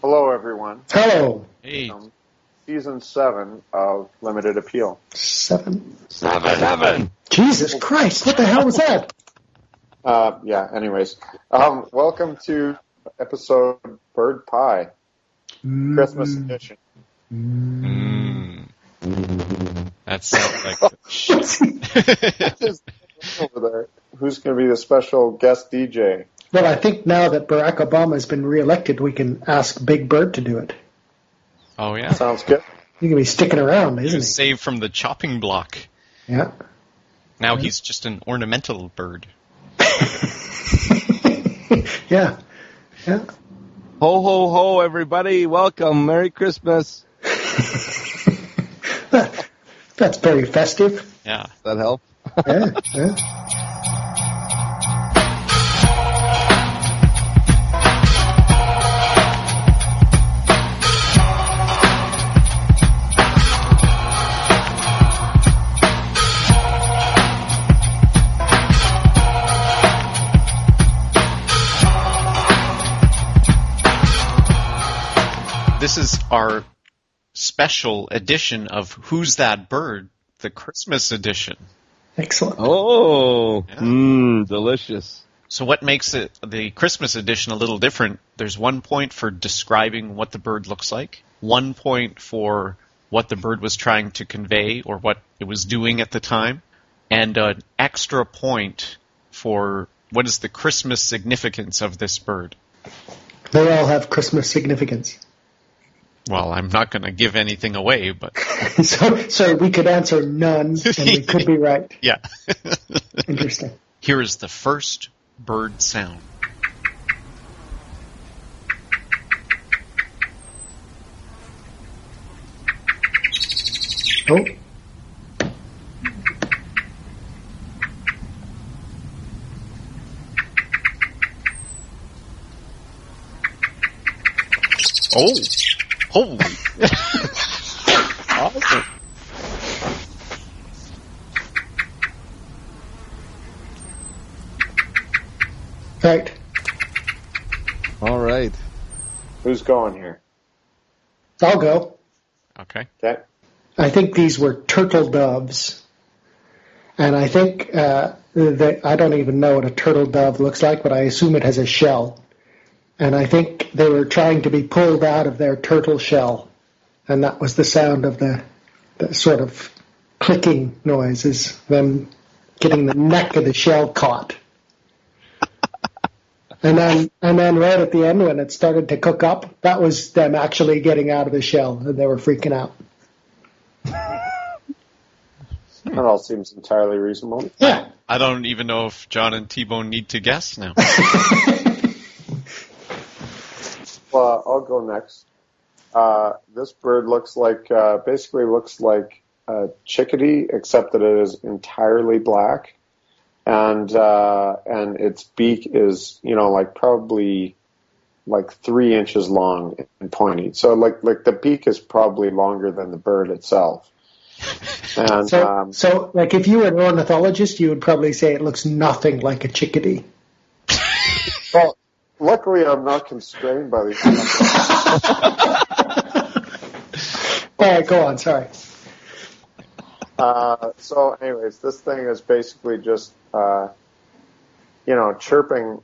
Hello, everyone. Hello. Hey, Um, season seven of Limited Appeal. Seven. seven, seven. Jesus Christ, what the hell was that? Uh, yeah. Anyways, um, welcome to episode Bird Pie Christmas edition. Mm. That sounds What's he- like. Just over there. Who's going to be the special guest DJ? well, I think now that Barack Obama has been reelected, we can ask Big Bird to do it. oh yeah, Sounds good. He's gonna be sticking around, he isn't was saved from the chopping block. he? Yeah. Now he's just an ornamental bird. yeah. Yeah. Ho ho ho everybody, welcome. Merry Christmas. That's very festive. Yeah. Does that help? Yeah. yeah. This is our special edition of Who's That Bird? The Christmas edition. Excellent. Oh, Yeah. mmm, delicious. So what makes it the Christmas edition a little different? There's one point for describing what the bird looks like, one point for what the bird was trying to convey or what it was doing at the time, and an extra point for what is the Christmas significance of this bird. They all have Christmas significance. Well, I'm not going to give anything away, but so, so we could answer none, and we could be right. yeah. Interesting. Here is the first bird sound. Oh, Oh, holy! Awesome. right. All right. Who's going here? I'll go. Okay. Okay. I think these were turtle doves. And I think uh, that I don't even know what a turtle dove looks like, but I assume it has a shell. And I think they were trying to be pulled out of their turtle shell, and that was the sound of the, the sort of clicking noise is them getting the neck of the shell caught. And then, and then right at the end when it started to cook up, that was them actually getting out of the shell, and they were freaking out. That all seems entirely reasonable. Yeah. I don't even know if John and T-Bone need to guess now. Well, I'll go next. Uh, this bird looks like uh, basically looks like a chickadee, except that it is entirely black, and uh, and its beak is you know like probably like three inches long and pointy. So like like the beak is probably longer than the bird itself. And So, um, so like if you were an ornithologist, you would probably say it looks nothing like a chickadee. well, luckily I'm not constrained by these. All right, Eh, go on. Sorry. Uh, so, anyways, this thing is basically just, uh, you know, chirping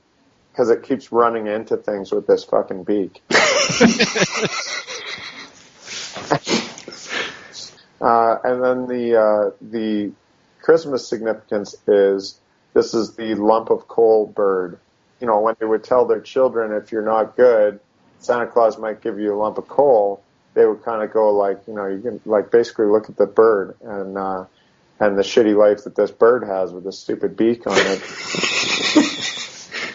because it keeps running into things with this fucking beak. uh, and then the uh, the Christmas significance is this is the lump of coal bird. You know, when they would tell their children, if you're not good, Santa Claus might give you a lump of coal. They would kind of go like, you know, you can like basically look at the bird and uh, and the shitty life that this bird has with this stupid beak on it.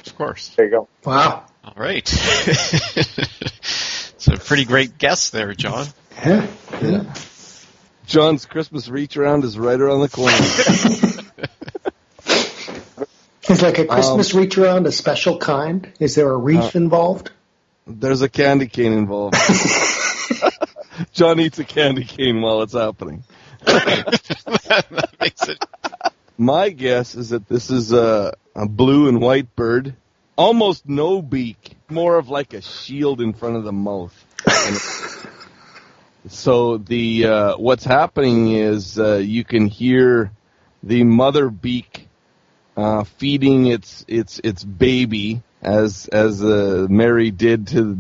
of course. There you go. Wow. All right. it's a pretty great guess there, John. Yeah. Yeah. John's Christmas reach around is right around the corner. It's like a Christmas reach around, a special kind. Is there a wreath involved? There's a candy cane involved. John eats a candy cane while it's happening. that makes it My guess is that this is a, a blue and white bird almost no beak, more of like a shield in front of the mouth. And- so the uh, what's happening is uh, you can hear the mother beak uh, feeding its its its baby as as uh, Mary did to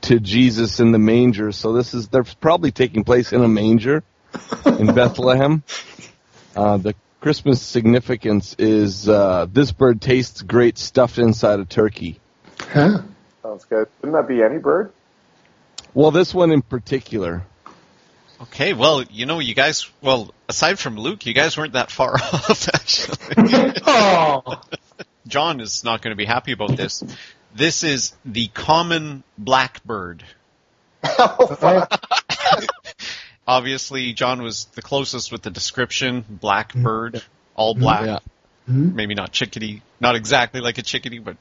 to Jesus in the manger. So this is they're probably taking place in a manger in Bethlehem. Uh, the Christmas significance is uh, this bird tastes great stuffed inside a turkey. Huh? Sounds good. Wouldn't that be any bird? Well, this one in particular. Okay, well, you know, you guys, well, aside from Luke, you guys weren't that far off, actually. Oh, John is not going to be happy about this. This is the common blackbird. Obviously, John was the closest with the description blackbird, all black. Yeah. Maybe not chickadee, not exactly like a chickadee, but.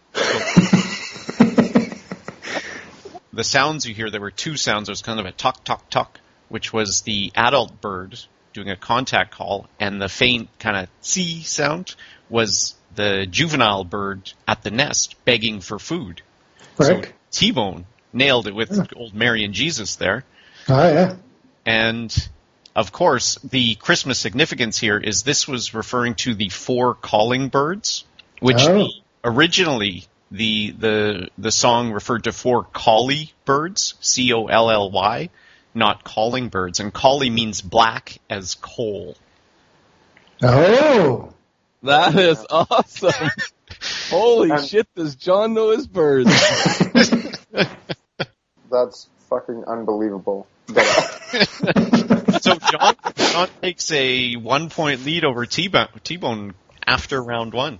the sounds you hear, there were two sounds. There was kind of a tuck, tuck, tuck, which was the adult bird doing a contact call, and the faint kind of tsee sound was the juvenile bird at the nest begging for food. right. So T-Bone nailed it with old Mary and Jesus there. oh, yeah. And of course, the Christmas significance here is this was referring to the four calling birds, which Oh. originally the the the song referred to four collie birds, C O L L Y, not calling birds, and collie means black as coal. Oh, That is awesome. Holy And- shit, does John know his birds? That's fucking unbelievable. But So John, John takes a one point lead over T Bone after round one.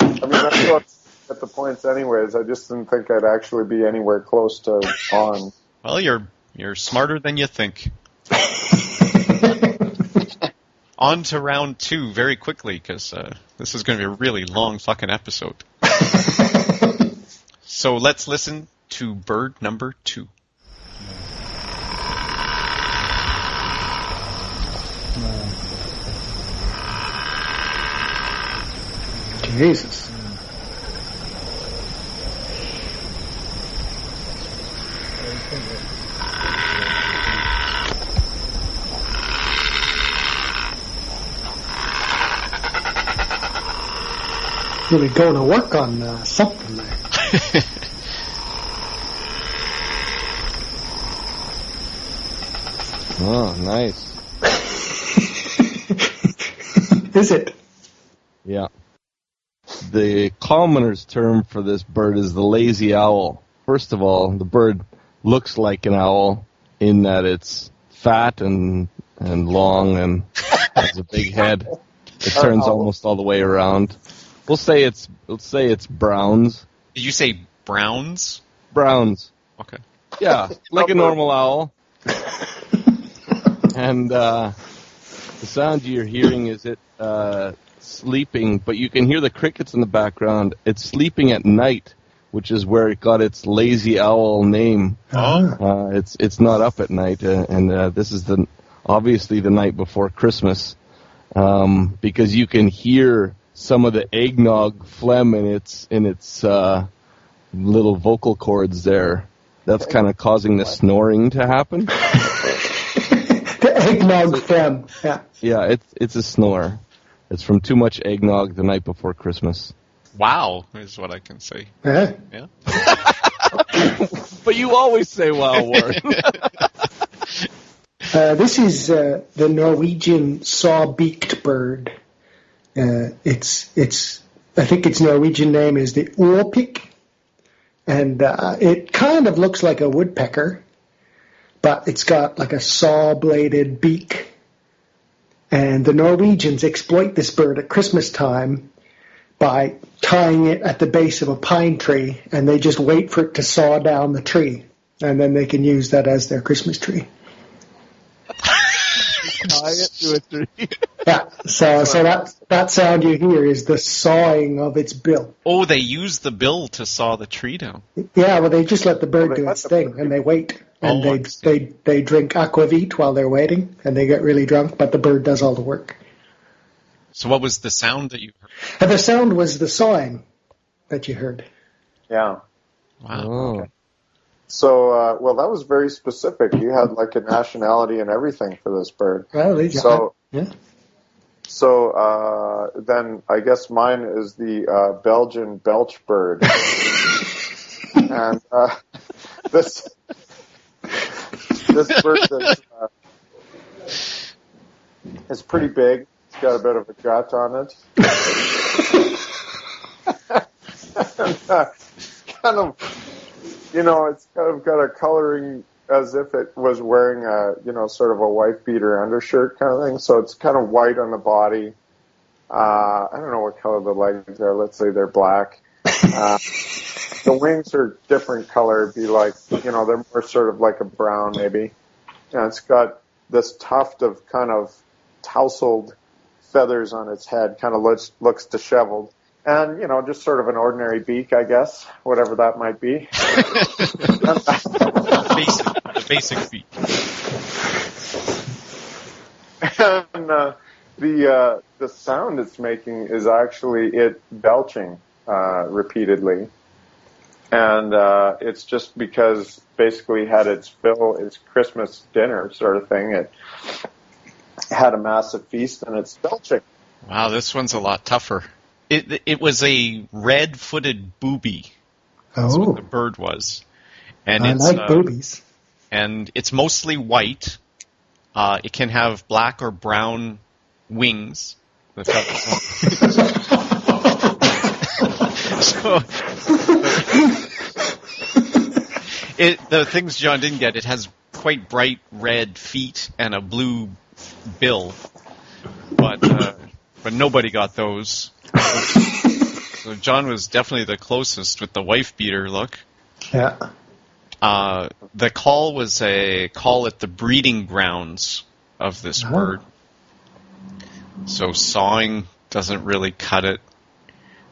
I mean, that's what at the points, anyways. I just didn't think I'd actually be anywhere close to on. Well, you're you're smarter than you think. On to round two very quickly because uh, this is going to be a really long fucking episode. so let's listen to bird number two. Jesus. Really going to work on uh, something there. oh, nice. Is it? Yeah. The commoner's term for this bird is the lazy owl. First of all, the bird looks like an owl in that it's fat and and long and has a big head. It turns almost all the way around. We'll say it's let's say it's browns. Did you say Browns? Browns. Okay. Yeah, like a normal owl. and uh, the sound you're hearing is it uh, sleeping, but you can hear the crickets in the background. It's sleeping at night, which is where it got its lazy owl name. Oh. Uh, it's it's not up at night, uh, and uh, this is the obviously the night before Christmas, um, because you can hear some of the eggnog phlegm in its in its uh, little vocal cords there. That's kind of causing the snoring to happen. The eggnog fam. Yeah. Yeah, it's it's a snore. It's from too much eggnog the night before Christmas. Wow, is what I can say. Yeah. Yeah. But you always say wow, Warren. Uh, this is uh, the Norwegian saw-beaked bird. Uh, it's it's I think its Norwegian name is the orpik, and uh, it kind of looks like a woodpecker, but it's got like a saw-bladed beak. And the Norwegians exploit this bird at Christmas time by tying it at the base of a pine tree, and they just wait for it to saw down the tree, and then they can use that as their Christmas tree. Tie it to a tree. Yeah. So so that that sound you hear is the sawing of its bill. Oh, they used the bill to saw the tree down. Yeah, well they just let the bird Well, they do let its the thing bird and they wait. And Oh, I they see. they they drink aquavit while they're waiting and they get really drunk, but the bird does all the work. So what was the sound that you heard? And the sound was the sawing. that you heard. Yeah. Wow. Oh. So, uh, well, that was very specific. You had like a nationality and everything for this bird. Well, they- So- yeah. So uh, then, I guess mine is the uh, Belgian belch bird, and uh, this this bird is, uh, is pretty big. It's got a bit of a gut on it. and, uh, kind of, you know, it's kind of got a coloring as if it was wearing a, you know, sort of a white beater undershirt kind of thing. So it's kind of white on the body. Uh, I don't know what color the legs are. Let's say they're black. Uh, the wings are different color. It'd be like, you know, they're more sort of like a brown maybe. And it's got this tuft of kind of tousled feathers on its head. Kind of looks looks disheveled. And you know, just sort of an ordinary beak, I guess, whatever that might be. Basic, the basic beat. and uh, the uh, the sound it's making is actually it belching uh, repeatedly, and uh, it's just because basically had its fill its Christmas dinner sort of thing. It had a massive feast and it's belching. Wow, this one's a lot tougher. It it was a red-footed booby. That's what Oh, the bird was, and I it's like uh, boobies. and it's mostly white. Uh, it can have black or brown wings. The feathers- so, it, the things John didn't get, it has quite bright red feet and a blue bill, but uh, but nobody got those. so John was definitely the closest with the wife beater look. Yeah. Uh, the call was a call at the breeding grounds of this Oh. bird. So sawing doesn't really cut it.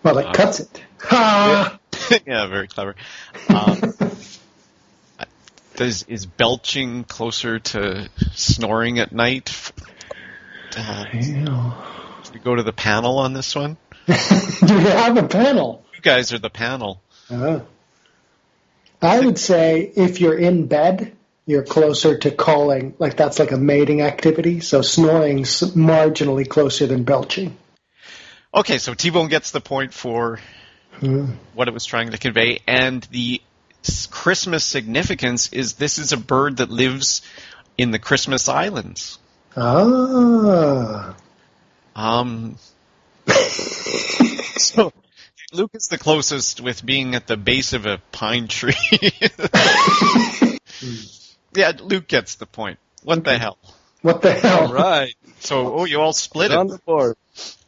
Well, uh, it cuts it. Ha! yeah, very clever. Um, does, is belching closer to snoring at night? Uh, Yeah. should we go to the panel on this one? Do you have a panel? You guys are the panel. Uh, I would say if you're in bed, you're closer to calling. Like that's like a mating activity. So snoring's marginally closer than belching. Okay, so T-Bone gets the point for Hmm. what it was trying to convey, and the s- Christmas significance is this is a bird that lives in the Christmas Islands. Ah. Um, so Luke is the closest with being at the base of a pine tree. yeah, Luke gets the point. What the hell? What the hell? All right. So, oh, you all split It's on it. the board.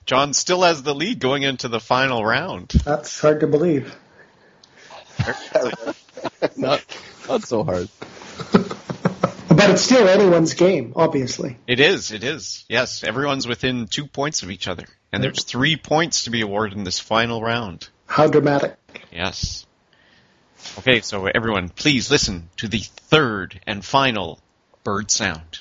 John still has the lead going into the final round. That's hard to believe. Not, not so hard. But it's still anyone's game, obviously. It is. It is. Yes, everyone's within two points of each other, and there's three points to be awarded in this final round. How dramatic. Yes. Okay, so everyone, please listen to the third and final bird sound.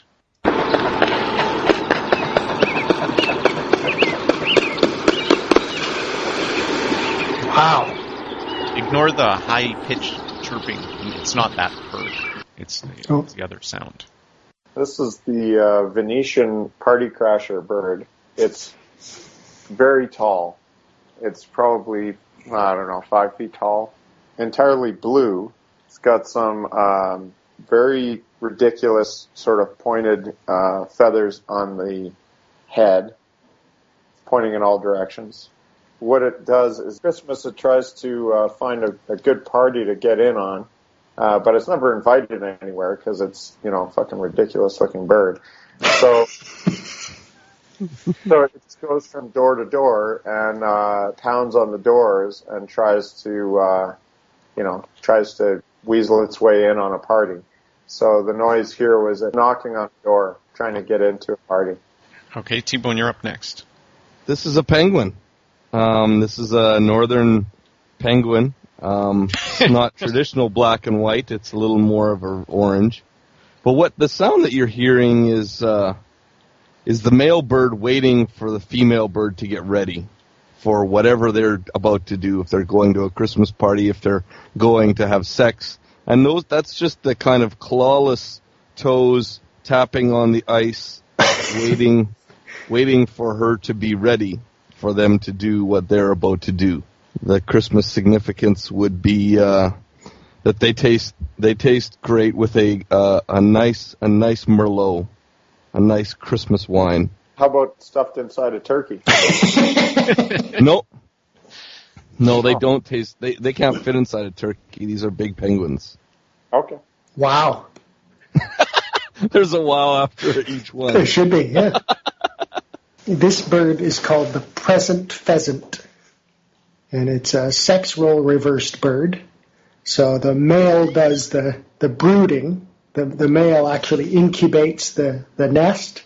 Wow. Ignore the high-pitched chirping. It's not that bird. It's the, Oh. it's the other sound. This is the uh, Venetian party crasher bird. It's very tall. It's probably, I don't know, five feet tall. Entirely blue. It's got some um, very ridiculous sort of pointed uh, feathers on the head, pointing in all directions. What it does is Christmas, it tries to uh, find a, a good party to get in on uh, but it's never invited anywhere because it's you know a fucking ridiculous looking bird. So so it just goes from door to door and uh, pounds on the doors and tries to uh, you know tries to weasel its way in on a party. So the noise here was it knocking on the door, trying to get into a party. Okay, T-Bone, you're up next. This is a penguin. Um, this is a northern penguin. Um, it's not traditional black and white. It's a little more of a orange. But what the sound that you're hearing is uh, is the male bird waiting for the female bird to get ready for whatever they're about to do. If they're going to a Christmas party, if they're going to have sex, and those that's just the kind of clawless toes tapping on the ice, waiting, waiting for her to be ready for them to do what they're about to do. The Christmas significance would be uh, that they taste they taste great with a uh, a nice a nice merlot, a nice Christmas wine. How about stuffed inside a turkey? No, no, they don't taste. They they can't fit inside a turkey. These are big penguins. Okay. Wow. There's a wow after each There one. should be, yeah. this bird is called the present pheasant, and it's a sex role reversed bird. So the male does the, the brooding. The, the male actually incubates the, the nest,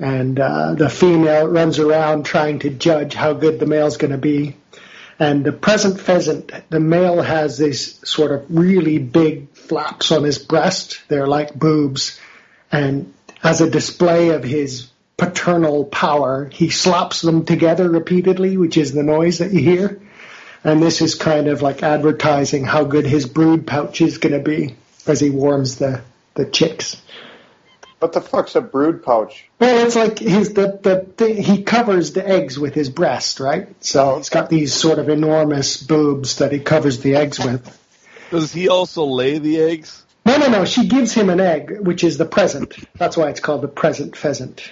and uh, the female runs around trying to judge how good the male's going to be. And the present pheasant, the male has these sort of really big flaps on his breast. They're like boobs and as a display of his paternal power, he slaps them together repeatedly, which is the noise that you hear. And this is kind of like advertising how good his brood pouch is going to be as he warms the, the chicks. What the fuck's a brood pouch? Well, it's like his the the thing, he covers the eggs with his breast, right? So it's got these sort of enormous boobs that he covers the eggs with. Does he also lay the eggs? No, no, no. She gives him an egg, which is the present. That's why it's called the present pheasant.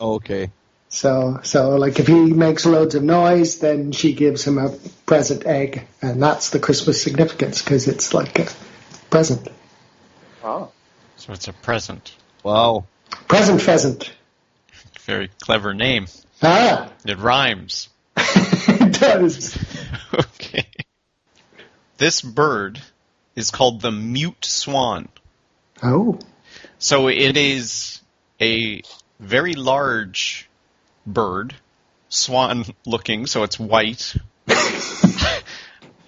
Okay. So, so like if he makes loads of noise, then she gives him a present egg, and that's the Christmas significance because it's like a present, Oh. So it's a present. Wow. present pheasant. Very clever name. Ah, It rhymes. that is okay. This bird is called the mute swan. oh, So it is a very large bird, swan looking, so it's white.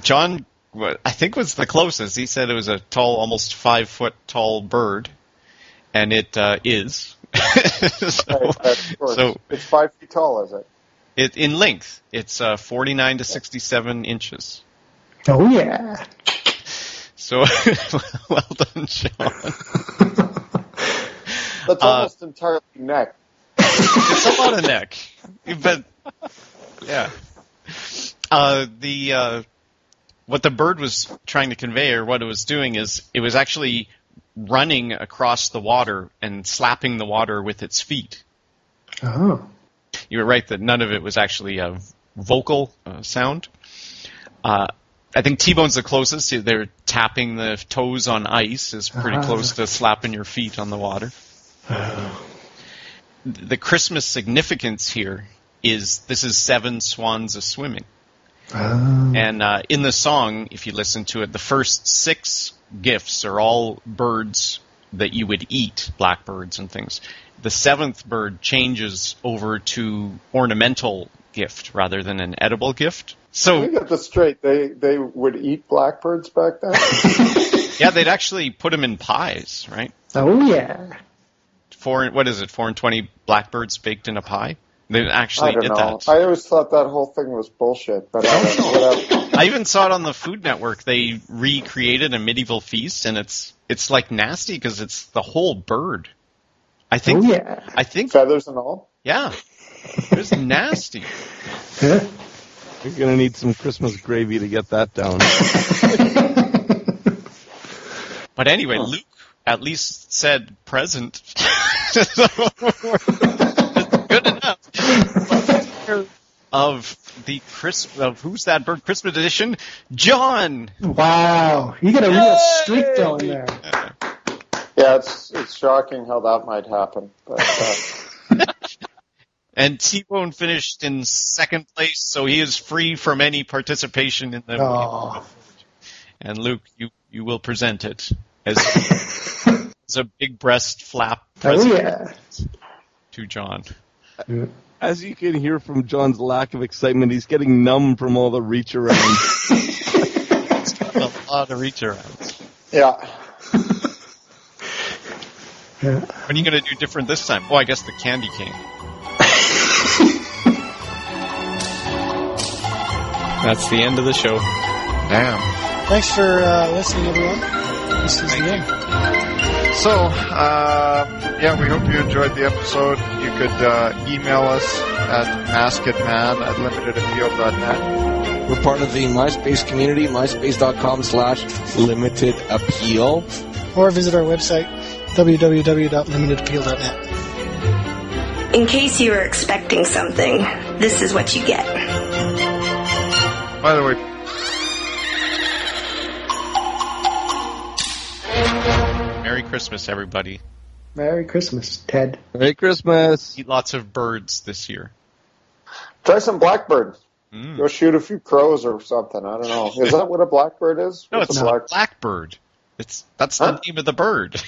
John, wa- I think, was the closest. He said it was a tall, almost five foot tall bird, and it uh, is. Right, so, that's of course. so it's five feet tall, is it? it, in length, it's uh, 49 to 67 inches. oh yeah. So well done, Sean. That's almost entirely neck. It's a lot of neck, but yeah. Uh, the uh, what the bird was trying to convey, or what it was doing, is it was actually running across the water and slapping the water with its feet. Oh, You were right that none of it was actually a vocal uh, sound. Uh, I think T-bone's the closest. They're tapping the toes on ice is pretty Uh-huh. close to slapping your feet on the water. the Christmas significance here is this is seven swans a swimming. oh, Mm-hmm. And uh, in the song, if you listen to it, the first six gifts are all birds that you would eat, blackbirds and things. The seventh bird changes over to ornamental gift rather than an edible gift. Let me So get this straight. They they would eat blackbirds back then. yeah, they'd actually put them in pies, right? oh yeah. Four, what is it? Four and twenty blackbirds baked in a pie. They actually I don't did know. that. I always thought that whole thing was bullshit, but I don't know. Whatever. I even saw it on the Food Network. They recreated a medieval feast, and it's it's like nasty because it's the whole bird. I think. Oh, yeah. I think. Feathers and all. Yeah. It was nasty. Huh? You're gonna need some Christmas gravy to get that down. But anyway, Luke at least said present. So, Good enough. Of the Chris of who's that bird Christmas edition? John. Wow, you got a real streak going there. Yeah, it's it's shocking how that might happen. But uh, And T Bone finished in second place, so he is free from any participation in the Oh, And Luke, you, you will present it as, as a big breast flap oh present yeah. to John. As you can hear from John's lack of excitement, he's getting numb from all the reach around. A lot of reach around. yeah, Yeah. What are you going to do different this time? Oh, I guess the candy cane. That's the end of the show. Damn. Thanks for uh, listening, everyone. This is the end. So, uh, yeah, we hope you enjoyed the episode. You could uh, email us at maskedman at limitedappeal.net. We're part of the MySpace community, myspace.com slash limited appeal. Or visit our website, www.limitedappeal.net. In case you were expecting something, this is what you get. By the way, Merry Christmas, everybody. Merry Christmas, Ted. Merry Christmas. Eat lots of birds this year. Try some blackbird. Mm. Go shoot a few crows or something. I don't know. Is that what a blackbird is? No, What's it's a not blackbird. It's that's the Huh? name of the bird.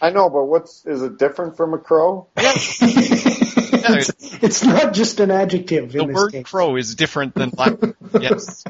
I know, but what's is it different from a crow? it's, it's not just an adjective the in this word case. crow is different than blackbird. yes.